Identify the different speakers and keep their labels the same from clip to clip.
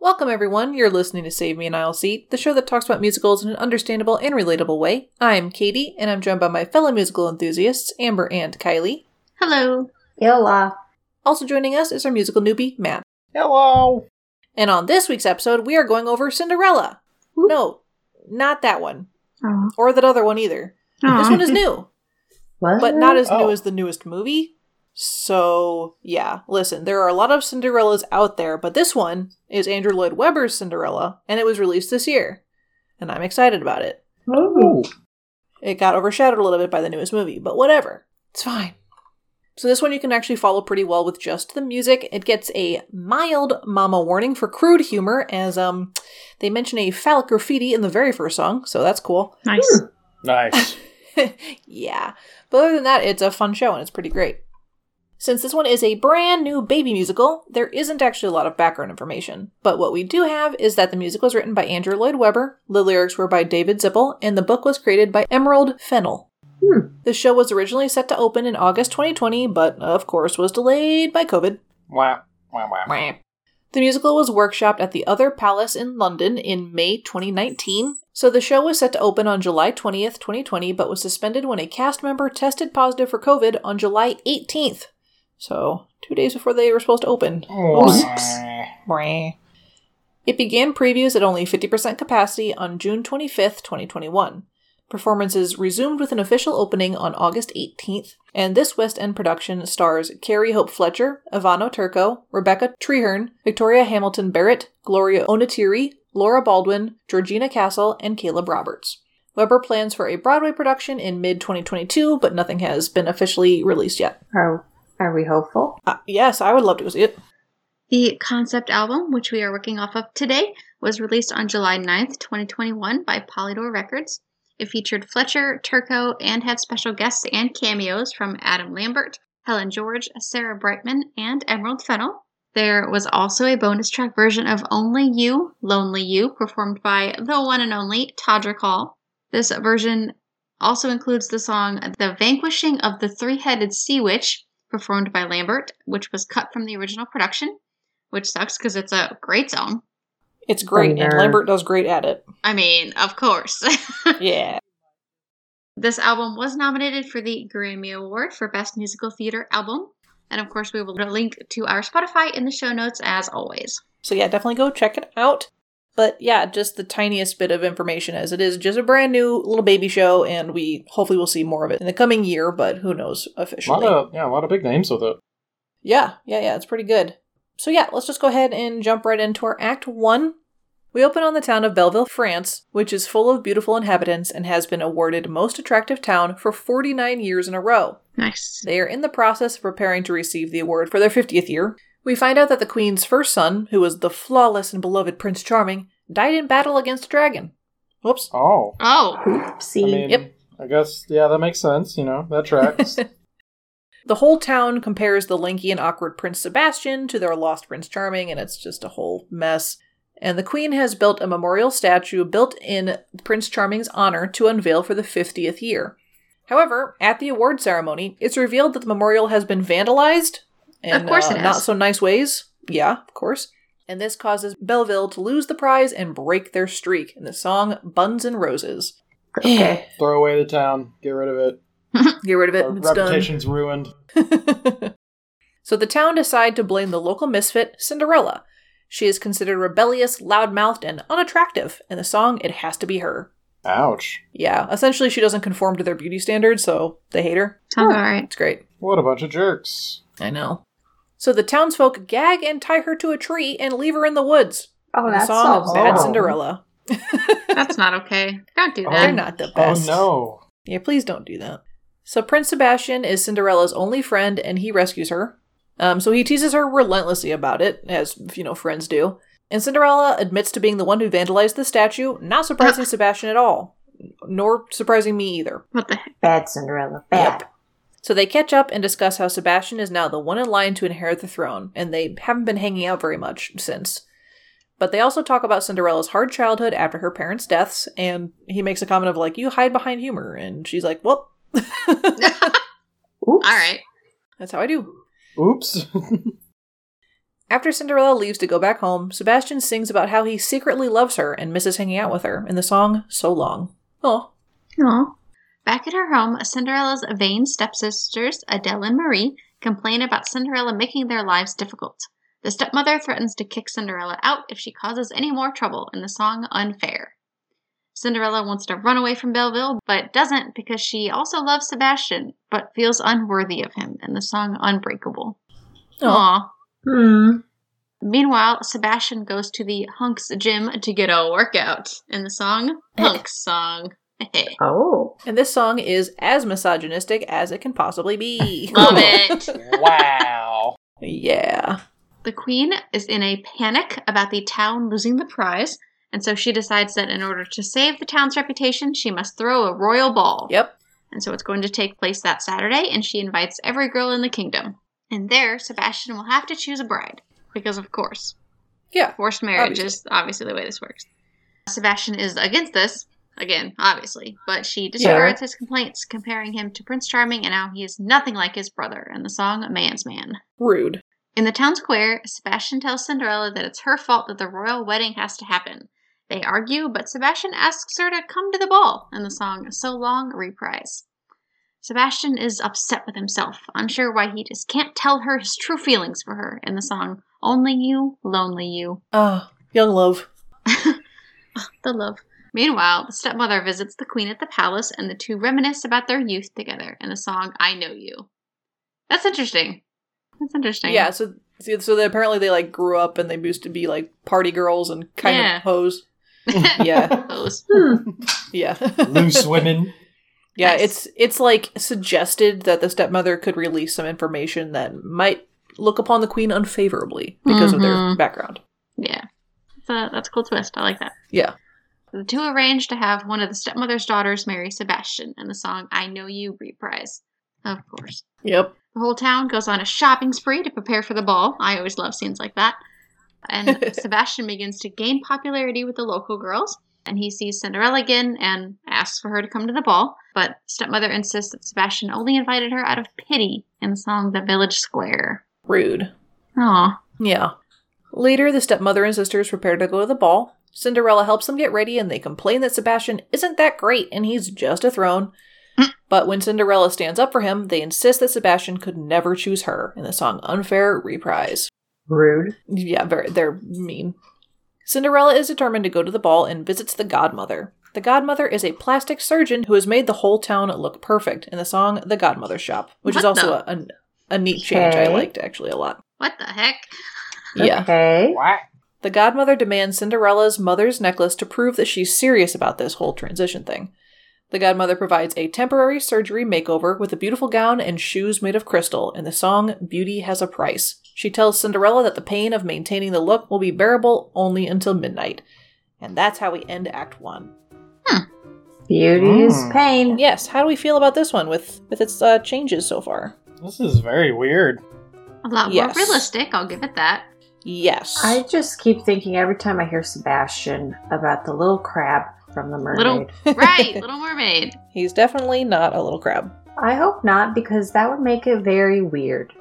Speaker 1: Welcome, everyone. You're listening to Save Me an I'll Seat, the show that talks about musicals in an understandable and relatable way. I'm Katie, and I'm joined by my fellow musical enthusiasts, Amber and Kylie.
Speaker 2: Hello.
Speaker 3: Yola.
Speaker 1: Also joining us is our musical newbie, Matt.
Speaker 4: Hello.
Speaker 1: And on this week's episode, we are going over Cinderella.
Speaker 2: Whoop.
Speaker 1: No, not that one,
Speaker 2: Oh.
Speaker 1: or that other one either. This one is new.
Speaker 3: What?
Speaker 1: but not as
Speaker 4: Oh.
Speaker 1: new as the newest movie. So, yeah, listen, there are a lot of Cinderellas out there, but this one is Andrew Lloyd Webber's Cinderella, and it was released this year. And I'm excited about it.
Speaker 4: Ooh.
Speaker 1: It got overshadowed a little bit by the newest movie, but whatever. It's fine. So, this one you can actually follow pretty well with just the music. It gets a mild mama warning for crude humor, as um, they mention a phallic graffiti in the very first song, so that's cool.
Speaker 3: Hmm.
Speaker 2: Nice.
Speaker 4: Nice.
Speaker 1: yeah. But other than that, it's a fun show and it's pretty great. Since this one is a brand new baby musical, there isn't actually a lot of background information. But what we do have is that the music was written by Andrew Lloyd Webber, the lyrics were by David Zippel, and the book was created by Emerald Fennel.
Speaker 3: Hmm.
Speaker 1: The show was originally set to open in August 2020, but of course was delayed by COVID.
Speaker 4: wow. Wow. Wow.
Speaker 1: The musical was workshopped at the Other Palace in London in May 2019. So the show was set to open on July 20th, 2020, but was suspended when a cast member tested positive for COVID on July 18th. So, two days before they were supposed to open.
Speaker 3: Oops.
Speaker 1: Meh. It began previews at only 50% capacity on June 25th, 2021. Performances resumed with an official opening on August 18th, and this West End production stars Carrie Hope Fletcher, Ivano Turco, Rebecca Treherne, Victoria Hamilton Barrett, Gloria Onatiri, Laura Baldwin, Georgina Castle, and Caleb Roberts. Weber plans for a Broadway production in mid 2022, but nothing has been officially released yet.
Speaker 3: Are, are we hopeful?
Speaker 1: Uh, yes, I would love to see it.
Speaker 2: The concept album, which we are working off of today, was released on July 9th, 2021 by Polydor Records. It featured Fletcher, Turco, and had special guests and cameos from Adam Lambert, Helen George, Sarah Brightman, and Emerald Fennel. There was also a bonus track version of Only You, Lonely You, performed by the one and only Todrick Hall. This version also includes the song The Vanquishing of the Three Headed Sea Witch, performed by Lambert, which was cut from the original production which sucks because it's a great song.
Speaker 1: It's great, and
Speaker 3: Wonder.
Speaker 1: Lambert does great at it.
Speaker 2: I mean, of course.
Speaker 1: Yeah.
Speaker 2: this album was nominated for the Grammy Award for Best Musical Theater Album. And of course, we will link to our Spotify in the show notes as always.
Speaker 1: So yeah, definitely go check it out. But yeah, just the tiniest bit of information as it is just a brand new little baby show, and we hopefully will see more of it in the coming year, but who knows
Speaker 4: A lot
Speaker 1: officially.
Speaker 4: of yeah, a lot of big names with it.
Speaker 1: Yeah, yeah, yeah, it's pretty good. So yeah, let's just go ahead and jump right into our Act 1. We open on the town of Belleville, France, which is full of beautiful inhabitants and has been awarded Most Attractive Town for 49 years in a row.
Speaker 2: Nice.
Speaker 1: They are in the process of preparing to receive the award for their 50th year. We find out that the Queen's first son, who was the flawless and beloved Prince Charming, died in battle against a dragon. Whoops.
Speaker 4: Oh.
Speaker 2: Oh,
Speaker 3: Oopsie.
Speaker 4: I mean,
Speaker 1: Yep.
Speaker 4: I guess yeah, that makes sense. You know, that tracks.
Speaker 1: The whole town compares the lanky and awkward Prince Sebastian to their lost Prince Charming, and it's just a whole mess. And the Queen has built a memorial statue built in Prince Charming's honor to unveil for the 50th year. However, at the award ceremony, it's revealed that the memorial has been vandalized in
Speaker 2: Of course
Speaker 1: uh,
Speaker 2: it has.
Speaker 1: not so nice ways. Yeah, of course. And this causes Belleville to lose the prize and break their streak in the song Buns and Roses.
Speaker 3: Okay.
Speaker 4: Throw away the town. Get rid of it.
Speaker 1: Get rid of it.
Speaker 4: Our
Speaker 1: It's done.
Speaker 4: reputation's ruined.
Speaker 1: so the town decide to blame the local misfit, Cinderella. She is considered rebellious, loudmouthed, and unattractive. In the song, it has to be her.
Speaker 4: Ouch.
Speaker 1: Yeah, essentially, she doesn't conform to their beauty standards, so they hate her.
Speaker 2: sounds all right.
Speaker 1: It's great.
Speaker 4: What a bunch of jerks.
Speaker 1: I know. So the townsfolk gag and tie her to a tree and leave her in the woods.
Speaker 3: Oh,
Speaker 1: In the
Speaker 3: that's
Speaker 1: song,
Speaker 3: so
Speaker 1: Bad
Speaker 4: horrible.
Speaker 1: Cinderella.
Speaker 2: That's not okay. Don't do
Speaker 4: Oh,
Speaker 1: They're
Speaker 2: that.
Speaker 1: not the best.
Speaker 4: Oh
Speaker 1: Yeah, please don't do that. So Prince Sebastian is Cinderella's only friend, and he rescues her. Um, so he teases her relentlessly about it, as you know friends do. And Cinderella admits to being the one who vandalized the statue, not surprising Sebastian at all, nor surprising me either.
Speaker 2: What the heck?
Speaker 3: Bad Cinderella. Bad.
Speaker 1: So they catch up and discuss how Sebastian is now the one in line to inherit the throne, and they haven't been hanging out very much since. But they also talk about Cinderella's hard childhood after her parents' deaths, and he makes a comment of, like, you hide behind humor, and she's like, well,
Speaker 3: Oops.
Speaker 2: All right.
Speaker 1: that's how I do.
Speaker 4: no. Oops.
Speaker 1: After Cinderella leaves to go back home, Sebastian sings about how he secretly loves her and misses hanging out with her in the song So Long. Oh,
Speaker 2: Aw. Back at her home, Cinderella's vain stepsisters, Adele and Marie, complain about Cinderella making their lives difficult. The stepmother threatens to kick Cinderella out if she causes any more trouble in the song Unfair. Cinderella wants to run away from Belleville, but doesn't because she also loves Sebastian, but feels unworthy of him in the song Unbreakable.
Speaker 1: oh,
Speaker 2: Aw.
Speaker 3: Hmm.
Speaker 2: Meanwhile, Sebastian goes to the Hunks gym to get a workout in the song Hunks song.
Speaker 3: Oh.
Speaker 1: And this song is as misogynistic as it can possibly be.
Speaker 2: Love it.
Speaker 4: wow.
Speaker 1: yeah.
Speaker 2: The queen is in a panic about the town losing the prize, and so she decides that in order to save the town's reputation, she must throw a royal ball.
Speaker 1: Yep.
Speaker 2: And so it's going to take place that Saturday, and she invites every girl in the kingdom. And there, Sebastian will have to choose a bride, because of course,
Speaker 1: Yeah.
Speaker 2: forced marriage is obviously the way this works. Sebastian is against this, again, obviously, but she disregards his complaints, comparing him to Prince Charming, and how he is nothing like his brother in the song Man's Man.
Speaker 1: Rude.
Speaker 2: In the town square, Sebastian tells Cinderella that it's her fault that the royal wedding has to happen. They argue, but Sebastian asks her to come to the ball in the song So Long Reprise. Sebastian is upset with himself, unsure why he just can't tell her his true feelings for her in the song Only You, Lonely You,
Speaker 1: Ah, young love.
Speaker 2: the love. Meanwhile, the stepmother visits the queen at the palace and the two reminisce about their youth together in the song I Know You. That's interesting. That's interesting.
Speaker 1: Yeah. So, so so they, apparently they like grew up and they used to be like party girls and kind
Speaker 2: Yeah.
Speaker 1: of hoes. Yeah.
Speaker 2: Those.
Speaker 3: Hmm.
Speaker 1: Yeah.
Speaker 4: Loose women.
Speaker 1: yeah.
Speaker 2: Nice.
Speaker 1: It's it's like suggested that the stepmother could release some information that might look upon the queen unfavorably because of their
Speaker 2: Mhm.
Speaker 1: background.
Speaker 2: Yeah. That's a, that's a cool twist. I like that.
Speaker 1: Yeah.
Speaker 2: The two arrange to have one of the stepmother's daughters marry Sebastian in the song I Know You reprise. Of course.
Speaker 1: Yep.
Speaker 2: The whole town goes on a shopping spree to prepare for the ball. I always love scenes like that. And Sebastian begins to gain popularity with the local girls, and he sees Cinderella again and asks for her to come to the ball. But stepmother insists that Sebastian only invited her out of pity in the song The Village Square.
Speaker 1: Rude.
Speaker 2: Aw.
Speaker 1: Yeah. Later, the stepmother and sisters prepare to go to the ball. Cinderella helps them get ready, and they complain that Sebastian isn't that great and he's just a throne. but when Cinderella stands up for him, they insist that Sebastian could never choose her in the song Unfair Reprise.
Speaker 3: Rude.
Speaker 1: Yeah, very, they're mean. Cinderella is determined to go to the ball and visits the godmother. The godmother is a plastic surgeon who has made the whole town look perfect in the song The Godmother's Shop, which is
Speaker 2: What
Speaker 1: also
Speaker 2: the-
Speaker 1: a, a, a neat change I
Speaker 3: Okay.
Speaker 1: liked actually a lot.
Speaker 2: What the heck?
Speaker 1: Yeah.
Speaker 3: Okay.
Speaker 4: What?
Speaker 1: The godmother demands Cinderella's mother's necklace to prove that she's serious about this whole transition thing. The godmother provides a temporary surgery makeover with a beautiful gown and shoes made of crystal in the song Beauty Has a Price. She tells Cinderella that the pain of maintaining the look will be bearable only until midnight. And that's how we end Act 1.
Speaker 3: Beauty is
Speaker 4: Mm.
Speaker 3: pain.
Speaker 1: Yes, how do we feel about this one with, with its uh, changes so far?
Speaker 4: This is very weird.
Speaker 2: A lot
Speaker 1: Yes.
Speaker 2: more realistic, I'll give it that.
Speaker 1: Yes.
Speaker 3: I just keep thinking every time I hear Sebastian about the little crab from the mermaid.
Speaker 2: Little- Right, Little Mermaid.
Speaker 1: He's definitely not a little crab.
Speaker 3: I hope not, because that would make it very weird.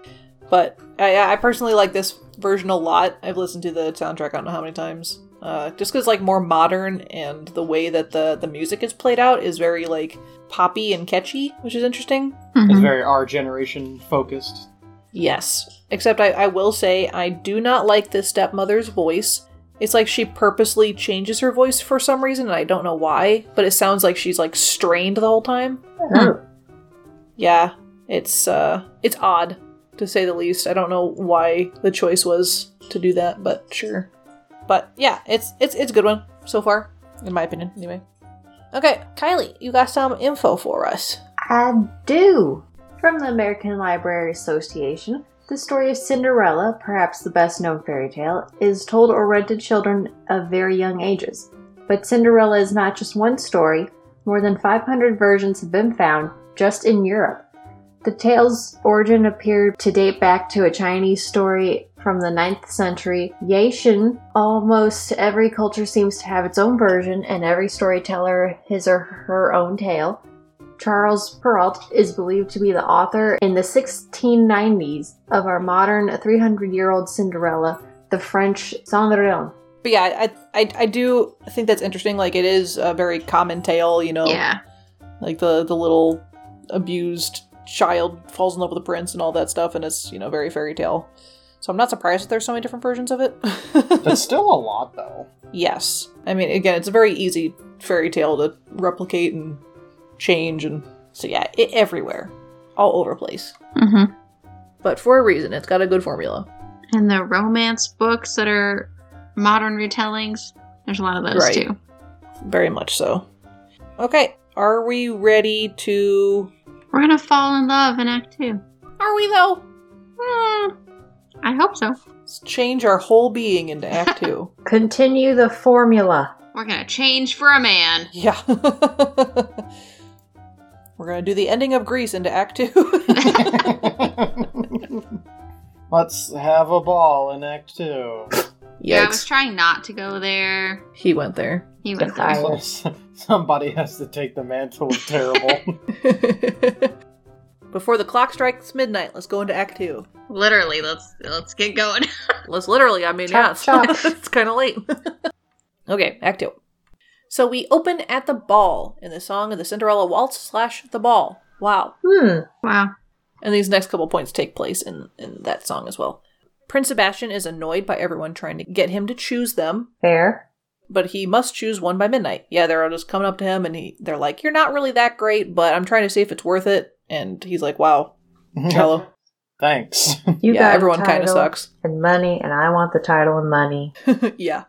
Speaker 1: but I, I personally like this version a lot. I've listened to the soundtrack I don't know how many times. Uh, just because like more modern and the way that the the music is played out is very like poppy and catchy, which is interesting.
Speaker 4: It's
Speaker 2: Mhm.
Speaker 4: very our generation focused.
Speaker 1: Yes, except I, I will say I do not like this stepmother's voice. It's like she purposely changes her voice for some reason, and I don't know why. But it sounds like she's like strained the whole time.
Speaker 3: Oh,
Speaker 1: Yeah, it's uh, it's odd to say the least. I don't know why the choice was to do that, but sure. But yeah, it's it's it's a good one so far, in my opinion. Anyway. Okay, Kylie, you got some info for us.
Speaker 3: I do. From the American Library Association, the story of Cinderella, perhaps the best known fairy tale, is told or read to children of very young ages. But Cinderella is not just one story, more than 500 versions have been found just in Europe. The tale's origin appeared to date back to a Chinese story from the 9th century Yashin. Almost every culture seems to have its own version, and every storyteller his or her own tale. Charles Perrault is believed to be the author in the 1690s of our modern 300 year old Cinderella, the French Cendrillon.
Speaker 1: But yeah, I, I I do think that's interesting. Like it is a very common tale, you know.
Speaker 2: Yeah.
Speaker 1: Like the the little abused child falls in love with the prince and all that stuff, and it's you know very fairy tale. So I'm not surprised that there's so many different versions of it.
Speaker 4: That's still a lot, though.
Speaker 1: yes, I mean again, it's a very easy fairy tale to replicate and change, and so yeah, it, everywhere, all over the place.
Speaker 2: Mm-hmm.
Speaker 1: But for a reason, it's got a good formula.
Speaker 2: And the romance books that are modern retellings, there's a lot of those
Speaker 1: Right.
Speaker 2: too.
Speaker 1: Very much so. Okay, are we ready to.
Speaker 2: We're gonna fall in love in Act Two.
Speaker 1: Are we though?
Speaker 2: Hmm. I hope so.
Speaker 1: Let's change our whole being into Act 2.
Speaker 3: Continue the formula.
Speaker 2: We're gonna change for a man.
Speaker 1: yeah. We're going to do the ending of Grease into Act 2.
Speaker 4: Let's have a ball in Act Two.
Speaker 2: Yeah, I was trying not to go there.
Speaker 1: he went there.
Speaker 2: He went
Speaker 3: If I-
Speaker 2: there.
Speaker 4: Somebody has to take the mantle of terrible.
Speaker 1: Before the clock strikes midnight, let's go into Act 2.
Speaker 2: Literally, let's let's get going.
Speaker 1: Let's literally, I mean,
Speaker 3: Chop,
Speaker 1: yeah,
Speaker 3: chop.
Speaker 1: it's kind of late. okay, Act 2. So we open at the ball in the song of the Cinderella Waltz slash the ball. Wow.
Speaker 3: Hmm.
Speaker 2: Wow.
Speaker 1: And these next couple points take place in, in that song as well. Prince Sebastian is annoyed by everyone trying to get him to choose them,
Speaker 3: Fair.
Speaker 1: but he must choose one by midnight. Yeah, they're all just coming up to him and he, they're like, You're not really that great, but I'm trying to see if it's worth it. And he's like, Wow, hello.
Speaker 4: Thanks.
Speaker 3: You
Speaker 1: yeah,
Speaker 3: got
Speaker 1: everyone kind of
Speaker 3: title
Speaker 1: sucks.
Speaker 3: And money, and I want the title and money.
Speaker 1: yeah.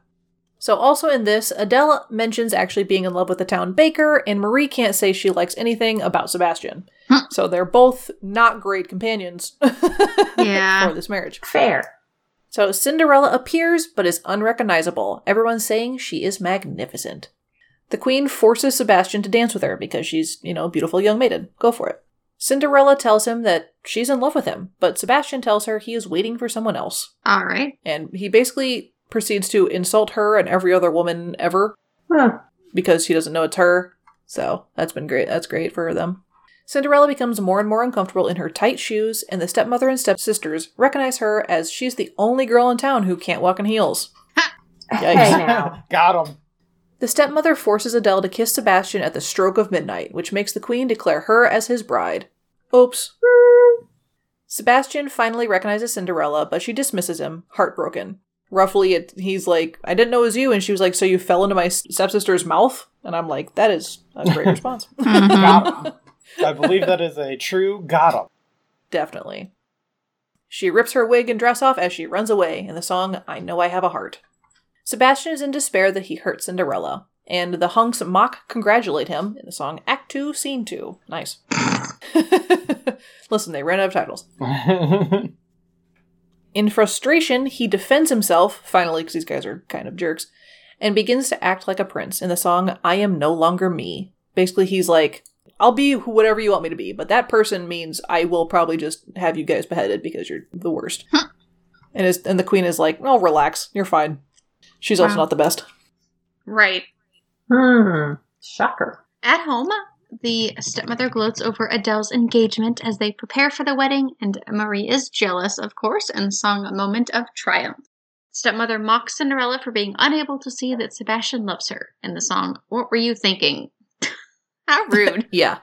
Speaker 1: So, also in this, Adele mentions actually being in love with the town baker, and Marie can't say she likes anything about Sebastian.
Speaker 2: Huh.
Speaker 1: So, they're both not great companions
Speaker 2: Yeah.
Speaker 1: for this marriage.
Speaker 3: Fair.
Speaker 1: So Cinderella appears but is unrecognizable, everyone saying she is magnificent. The queen forces Sebastian to dance with her because she's, you know, a beautiful young maiden. Go for it. Cinderella tells him that she's in love with him, but Sebastian tells her he is waiting for someone else.
Speaker 2: All right.
Speaker 1: And he basically proceeds to insult her and every other woman ever
Speaker 3: Huh.
Speaker 1: because he doesn't know it's her. So that's been great. That's great for them. Cinderella becomes more and more uncomfortable in her tight shoes, and the stepmother and stepsisters recognize her as she's the only girl in town who can't walk in heels.
Speaker 3: Hey
Speaker 1: Yikes.
Speaker 3: now.
Speaker 4: Got him.
Speaker 1: The stepmother forces Adele to kiss Sebastian at the stroke of midnight, which makes the queen declare her as his bride. Oops. Sebastian finally recognizes Cinderella, but she dismisses him, heartbroken. Roughly, it, he's like, I didn't know it was you. And she was like, So you fell into my s- stepsister's mouth? And I'm like, That is a great response.
Speaker 2: Mhm.
Speaker 4: Got him. I believe that is a true got him.
Speaker 1: Definitely. She rips her wig and dress off as she runs away in the song I Know I Have a Heart. Sebastian is in despair that he hurt Cinderella, and the hunks mock congratulate him in the song Act 2, Scene 2. Nice. Listen, they ran out of titles. In frustration, he defends himself, finally, because these guys are kind of jerks, and begins to act like a prince in the song I Am No Longer Me. Basically, he's like, I'll be who- whatever you want me to be, but that person means I will probably just have you guys beheaded because you're the worst. and, is, and the queen is like, No, relax, you're fine. She's also
Speaker 2: Wow.
Speaker 1: not the best.
Speaker 2: Right.
Speaker 3: Hmm. Shocker.
Speaker 2: At home, the stepmother gloats over Adele's engagement as they prepare for the wedding, and Marie is jealous, of course, and sung a moment of triumph. Stepmother mocks Cinderella for being unable to see that Sebastian loves her in the song What Were You Thinking? How rude.
Speaker 1: Yeah.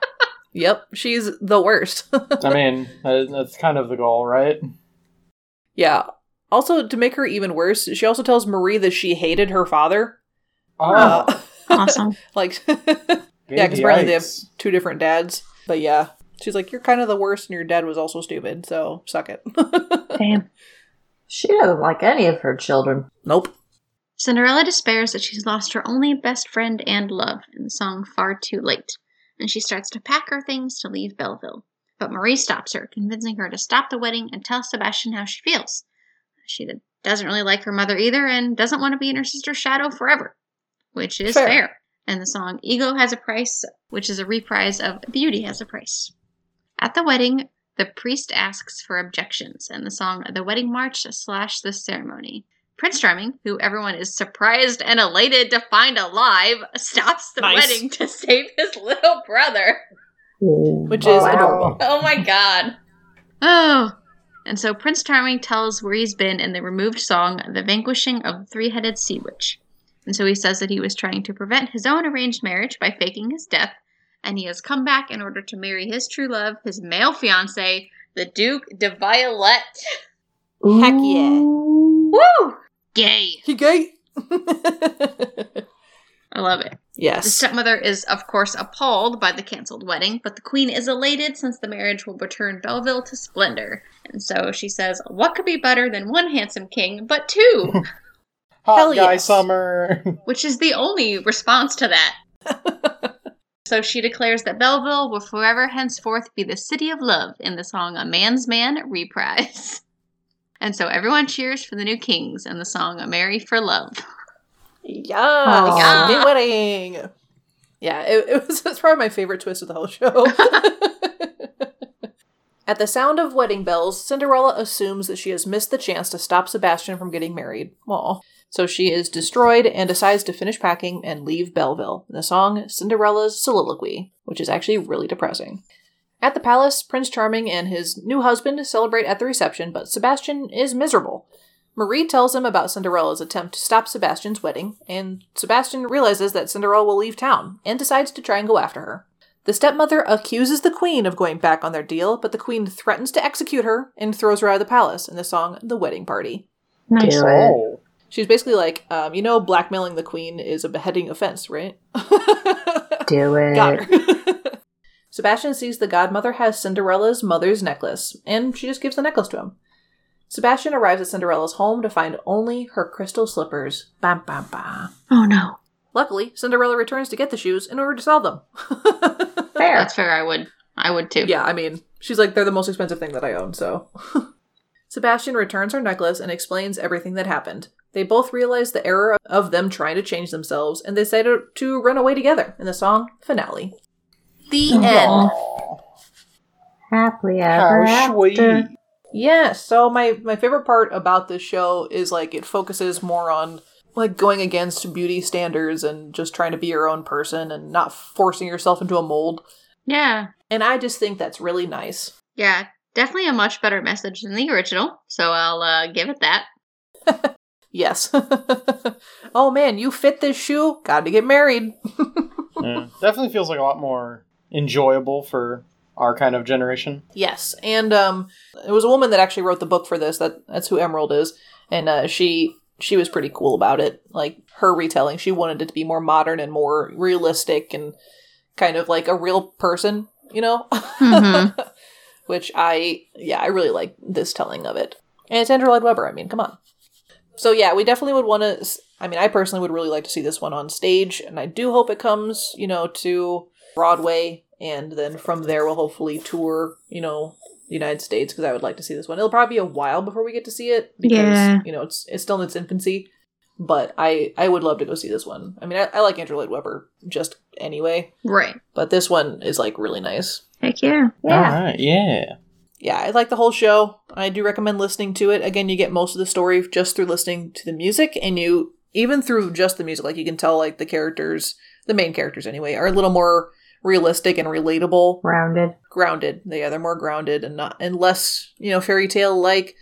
Speaker 1: yep, she's the worst.
Speaker 4: I mean, that- that's kind of the goal, right?
Speaker 1: yeah. Also, to make her even worse, she also tells Marie that she hated her father.
Speaker 4: Oh,
Speaker 1: Uh,
Speaker 2: awesome.
Speaker 1: like, Yeah, because
Speaker 4: big
Speaker 1: apparently they have
Speaker 4: yikes.
Speaker 1: two different dads. But yeah, she's like, you're kind of the worst, and your dad was also stupid, so suck it.
Speaker 2: Damn.
Speaker 3: She doesn't like any of her children.
Speaker 1: nope.
Speaker 2: Cinderella despairs that she's lost her only best friend and love in the song Far Too Late, and she starts to pack her things to leave Belleville. But Marie stops her, convincing her to stop the wedding and tell Sebastian how she feels. She doesn't really like her mother either and doesn't want to be in her sister's shadow forever, which is
Speaker 1: Fair.
Speaker 2: fair. And the song Ego Has a Price, which is a reprise of Beauty Has a Price. At the wedding, the priest asks for objections and the song The Wedding March slash The Ceremony. Prince Charming, who everyone is surprised and elated to find alive, stops the
Speaker 1: Nice.
Speaker 2: wedding to save his little brother.
Speaker 1: which is
Speaker 3: Oh,
Speaker 1: adorable.
Speaker 2: Oh my god. Oh. And so Prince Charming tells where he's been in the removed song, The Vanquishing of the Three Headed Sea Witch. And so he says that he was trying to prevent his own arranged marriage by faking his death, and he has come back in order to marry his true love, his male fiance, the Duke de Violette.
Speaker 1: Heck yeah.
Speaker 3: Ooh.
Speaker 2: Woo! Gay.
Speaker 1: He gay.
Speaker 2: I love it. The
Speaker 1: yes.
Speaker 2: stepmother is, of course, appalled by the canceled wedding, but the queen is elated since the marriage will return Belleville to splendor. And so she says, What could be better than one handsome king, but two?
Speaker 4: Hot
Speaker 1: Hell
Speaker 4: guy
Speaker 1: yes.
Speaker 4: summer.
Speaker 2: Which is the only response to that. so she declares that Belleville will forever henceforth be the city of love in the song A Man's Man reprise. And so everyone cheers for the new kings in the song A Mary for Love.
Speaker 1: Yeah.
Speaker 3: Aw.
Speaker 1: New wedding. Yeah, it, it was it's probably my favorite twist of the whole show. At the sound of wedding bells, Cinderella assumes that she has missed the chance to stop Sebastian from getting married. Aw. So she is destroyed and decides to finish packing and leave Belleville, the song Cinderella's Soliloquy, which is actually really depressing. At the palace, Prince Charming and his new husband celebrate at the reception, but Sebastian is miserable. Marie tells him about Cinderella's attempt to stop Sebastian's wedding, and Sebastian realizes that Cinderella will leave town and decides to try and go after her. The stepmother accuses the queen of going back on their deal, but the queen threatens to execute her and throws her out of the palace in the song The Wedding Party.
Speaker 3: Nice.
Speaker 4: oh.
Speaker 1: She's basically like, um, you know, blackmailing the queen is a beheading offense, right?
Speaker 3: Do it.
Speaker 1: Got her. Sebastian sees the godmother has Cinderella's mother's necklace, and she just gives the necklace to him. Sebastian arrives at Cinderella's home to find only her crystal slippers. Bam, bam, bam.
Speaker 2: Oh no.
Speaker 1: Luckily, Cinderella returns to get the shoes in order to sell them.
Speaker 3: Fair.
Speaker 2: That's fair, I would. I would too.
Speaker 1: yeah, I mean, she's like, they're the most expensive thing that I own, so. Sebastian returns her necklace and explains everything that happened. They both realize the error of them trying to change themselves and they decide to- to run away together in the song Finale. The end.
Speaker 4: Aw.
Speaker 3: Happily ever
Speaker 4: How sweet.
Speaker 3: after.
Speaker 1: Yeah, so my my favorite part about this show is like it focuses more on like going against beauty standards and just trying to be your own person and not forcing yourself into a mold.
Speaker 2: Yeah.
Speaker 1: And I just think that's really nice.
Speaker 2: Yeah, definitely a much better message than the original, so I'll uh, give it that.
Speaker 1: Yes. oh man, you fit this shoe? Got to get married.
Speaker 4: Yeah. Definitely feels like a lot more enjoyable for our kind of generation.
Speaker 1: Yes, and um, it was a woman that actually wrote the book for this. That that's who Emerald is, and uh, she she was pretty cool about it. Like her retelling, she wanted it to be more modern and more realistic and kind of like a real person, you know.
Speaker 2: Mhm.
Speaker 1: Which I yeah, I really like this telling of it, and it's Andrew Lloyd Webber. I mean, come on. So yeah, we definitely would want to. I mean, I personally would really like to see this one on stage, and I do hope it comes, you know, to Broadway, and then from there we'll hopefully tour, you know, the United States because I would like to see this one. It'll probably be a while before we get to see it because
Speaker 2: Yeah.
Speaker 1: you know it's it's still in its infancy. But I I would love to go see this one. I mean, I, I like Andrew Lloyd Webber just anyway,
Speaker 2: Right.
Speaker 1: but this one is like really nice.
Speaker 2: Heck yeah.
Speaker 3: Yeah.
Speaker 4: All right. Yeah.
Speaker 1: Yeah, I like the whole show. I do recommend listening to it. Again, you get most of the story just through listening to the music, and you even through just the music, like you can tell, like the characters, the main characters anyway, are a little more realistic and relatable
Speaker 3: Rounded.
Speaker 1: grounded. Yeah, they're more grounded and not and less, you know, fairy tale like.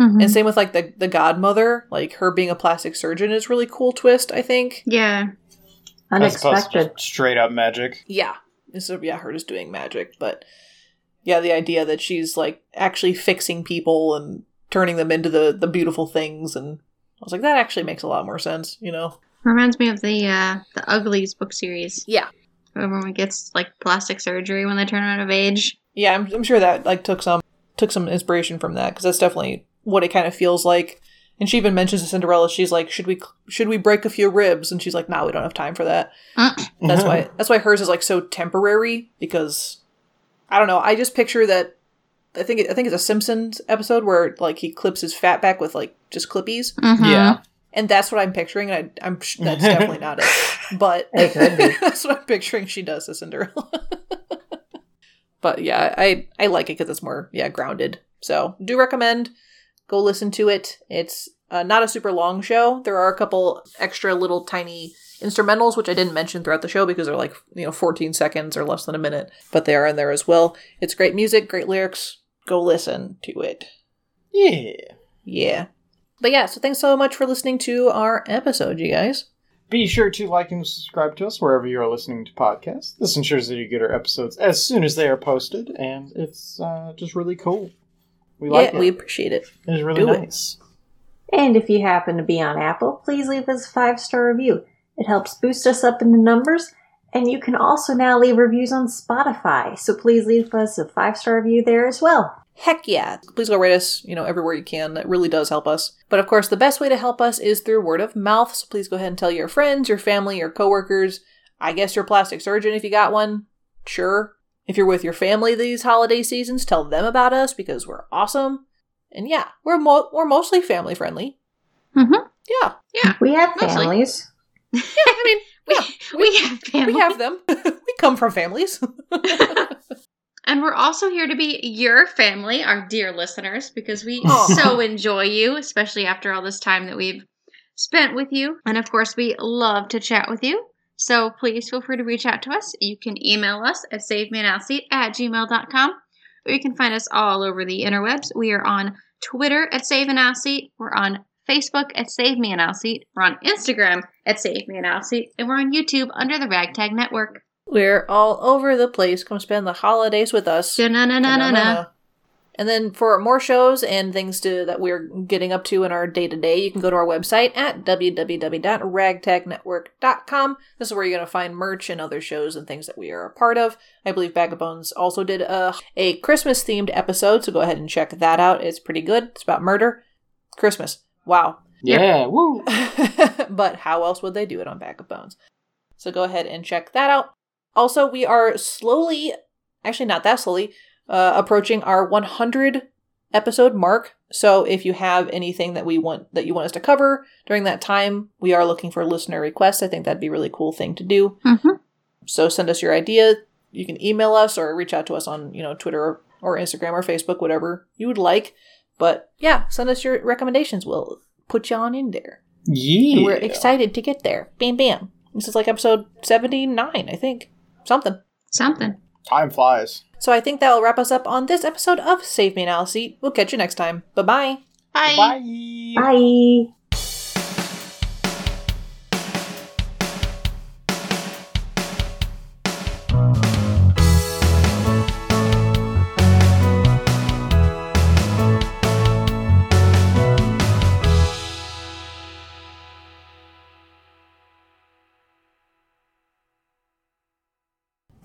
Speaker 2: Mhm.
Speaker 1: And same with like the the godmother, like her being a plastic surgeon is really cool twist, I think.
Speaker 2: Yeah.
Speaker 4: As opposed to
Speaker 3: Unexpected.
Speaker 4: just straight up magic.
Speaker 1: Yeah. This is yeah, her just doing magic, but yeah, the idea that she's like actually fixing people and turning them into the the beautiful things and I was like that actually makes a lot more sense, you know.
Speaker 2: Reminds me of the uh, the Uglies book series.
Speaker 1: Yeah.
Speaker 2: Everyone gets like plastic surgery when they turn out of age.
Speaker 1: Yeah, I'm, I'm sure that like took some took some inspiration from that because that's definitely what it kind of feels like. And she even mentions to Cinderella, she's like, "Should we should we break a few ribs?" And she's like, "No, we don't have time for that." That's why that's why hers is like so temporary because I don't know. I just picture that. I think it, I think it's a Simpsons episode where like he clips his fat back with like just clippies,
Speaker 2: Mhm.
Speaker 4: Yeah.
Speaker 1: and that's what I'm picturing. And I, I'm sh- that's definitely not it, but
Speaker 3: It could be.
Speaker 1: that's what I'm picturing. She does to Cinderella. but yeah, I I like it because it's more yeah grounded. So do recommend go listen to it. It's uh, not a super long show. There are a couple extra little tiny instrumentals, which I didn't mention throughout the show because they're like, you know, 14 seconds or less than a minute, but they are in there as well. It's great music, great lyrics. Go listen to it.
Speaker 4: Yeah.
Speaker 1: Yeah. But yeah, so thanks so much for listening to our episode, you guys.
Speaker 4: Be sure to like and subscribe to us wherever you are listening to podcasts. This ensures that you get our episodes as soon as they are posted, and it's uh, just really cool. We like
Speaker 1: yeah,
Speaker 4: it.
Speaker 1: we appreciate it.
Speaker 4: it's really
Speaker 1: do it.
Speaker 4: nice.
Speaker 3: And if you happen to be on Apple, please leave us a five star review. It helps boost us up in the numbers. And you can also now leave reviews on Spotify. So please leave us a five star review there as well.
Speaker 1: Heck yeah. Please go rate us, you know, everywhere you can. That really does help us. But of course, the best way to help us is through word of mouth. So please go ahead and tell your friends, your family, your coworkers, I guess your plastic surgeon if you got one. Sure. If you're with your family these holiday seasons, tell them about us because we're awesome. And yeah, we're mo- we're mostly family friendly.
Speaker 2: Mm-hmm.
Speaker 1: Yeah.
Speaker 3: We have
Speaker 2: Mostly.
Speaker 3: families.
Speaker 1: I mean,
Speaker 2: we,
Speaker 1: yeah,
Speaker 2: we have family.
Speaker 1: we have them. we come from families.
Speaker 2: And we're also here to be your family, our dear listeners, because we
Speaker 1: Aw.
Speaker 2: so enjoy you, especially after all this time that we've spent with you. And of course, we love to chat with you. So please feel free to reach out to us. You can email us at savemanoutseat at gmail.com, or you can find us all over the interwebs. We are on Twitter at Save and Out Seat. We're on Facebook at Save Me an Out Seat. We're on Instagram at Save Me an Out Seat. And we're on YouTube under the Ragtag Network.
Speaker 1: We're all over the place. Come spend the holidays with us.
Speaker 2: Da-na-na-na-na-na.
Speaker 1: And then for more shows and things to that we're getting up to in our day to day, you can go to our website at www.ragtagnetwork.com. This is where you're going to find merch and other shows and things that we are a part of. I believe Bag of Bones also did a, a Christmas themed episode, so go ahead and check that out. It's pretty good. It's about murder. Christmas. Wow.
Speaker 4: Yeah, woo.
Speaker 1: but how else would they do it on Bag of Bones? So go ahead and check that out. Also, we are slowly, actually not that slowly, uh, approaching our 100 episode mark. So if you have anything that we want that you want us to cover during that time, we are looking for listener requests. I think that'd be a really cool thing to do.
Speaker 2: Mm-hmm.
Speaker 1: So send us your idea. You can email us or reach out to us on you know Twitter or, or Instagram or Facebook, whatever you would like. But yeah, send us your recommendations. We'll put you on in there.
Speaker 4: Yeah.
Speaker 1: And we're excited to get there. Bam, bam. This is like episode 79, I think. Something.
Speaker 2: Something.
Speaker 4: Time flies.
Speaker 1: So I think that'll wrap us up on this episode of Save Me an Owl Seat. We'll catch you next time. Bye bye.
Speaker 4: Bye.
Speaker 3: Bye.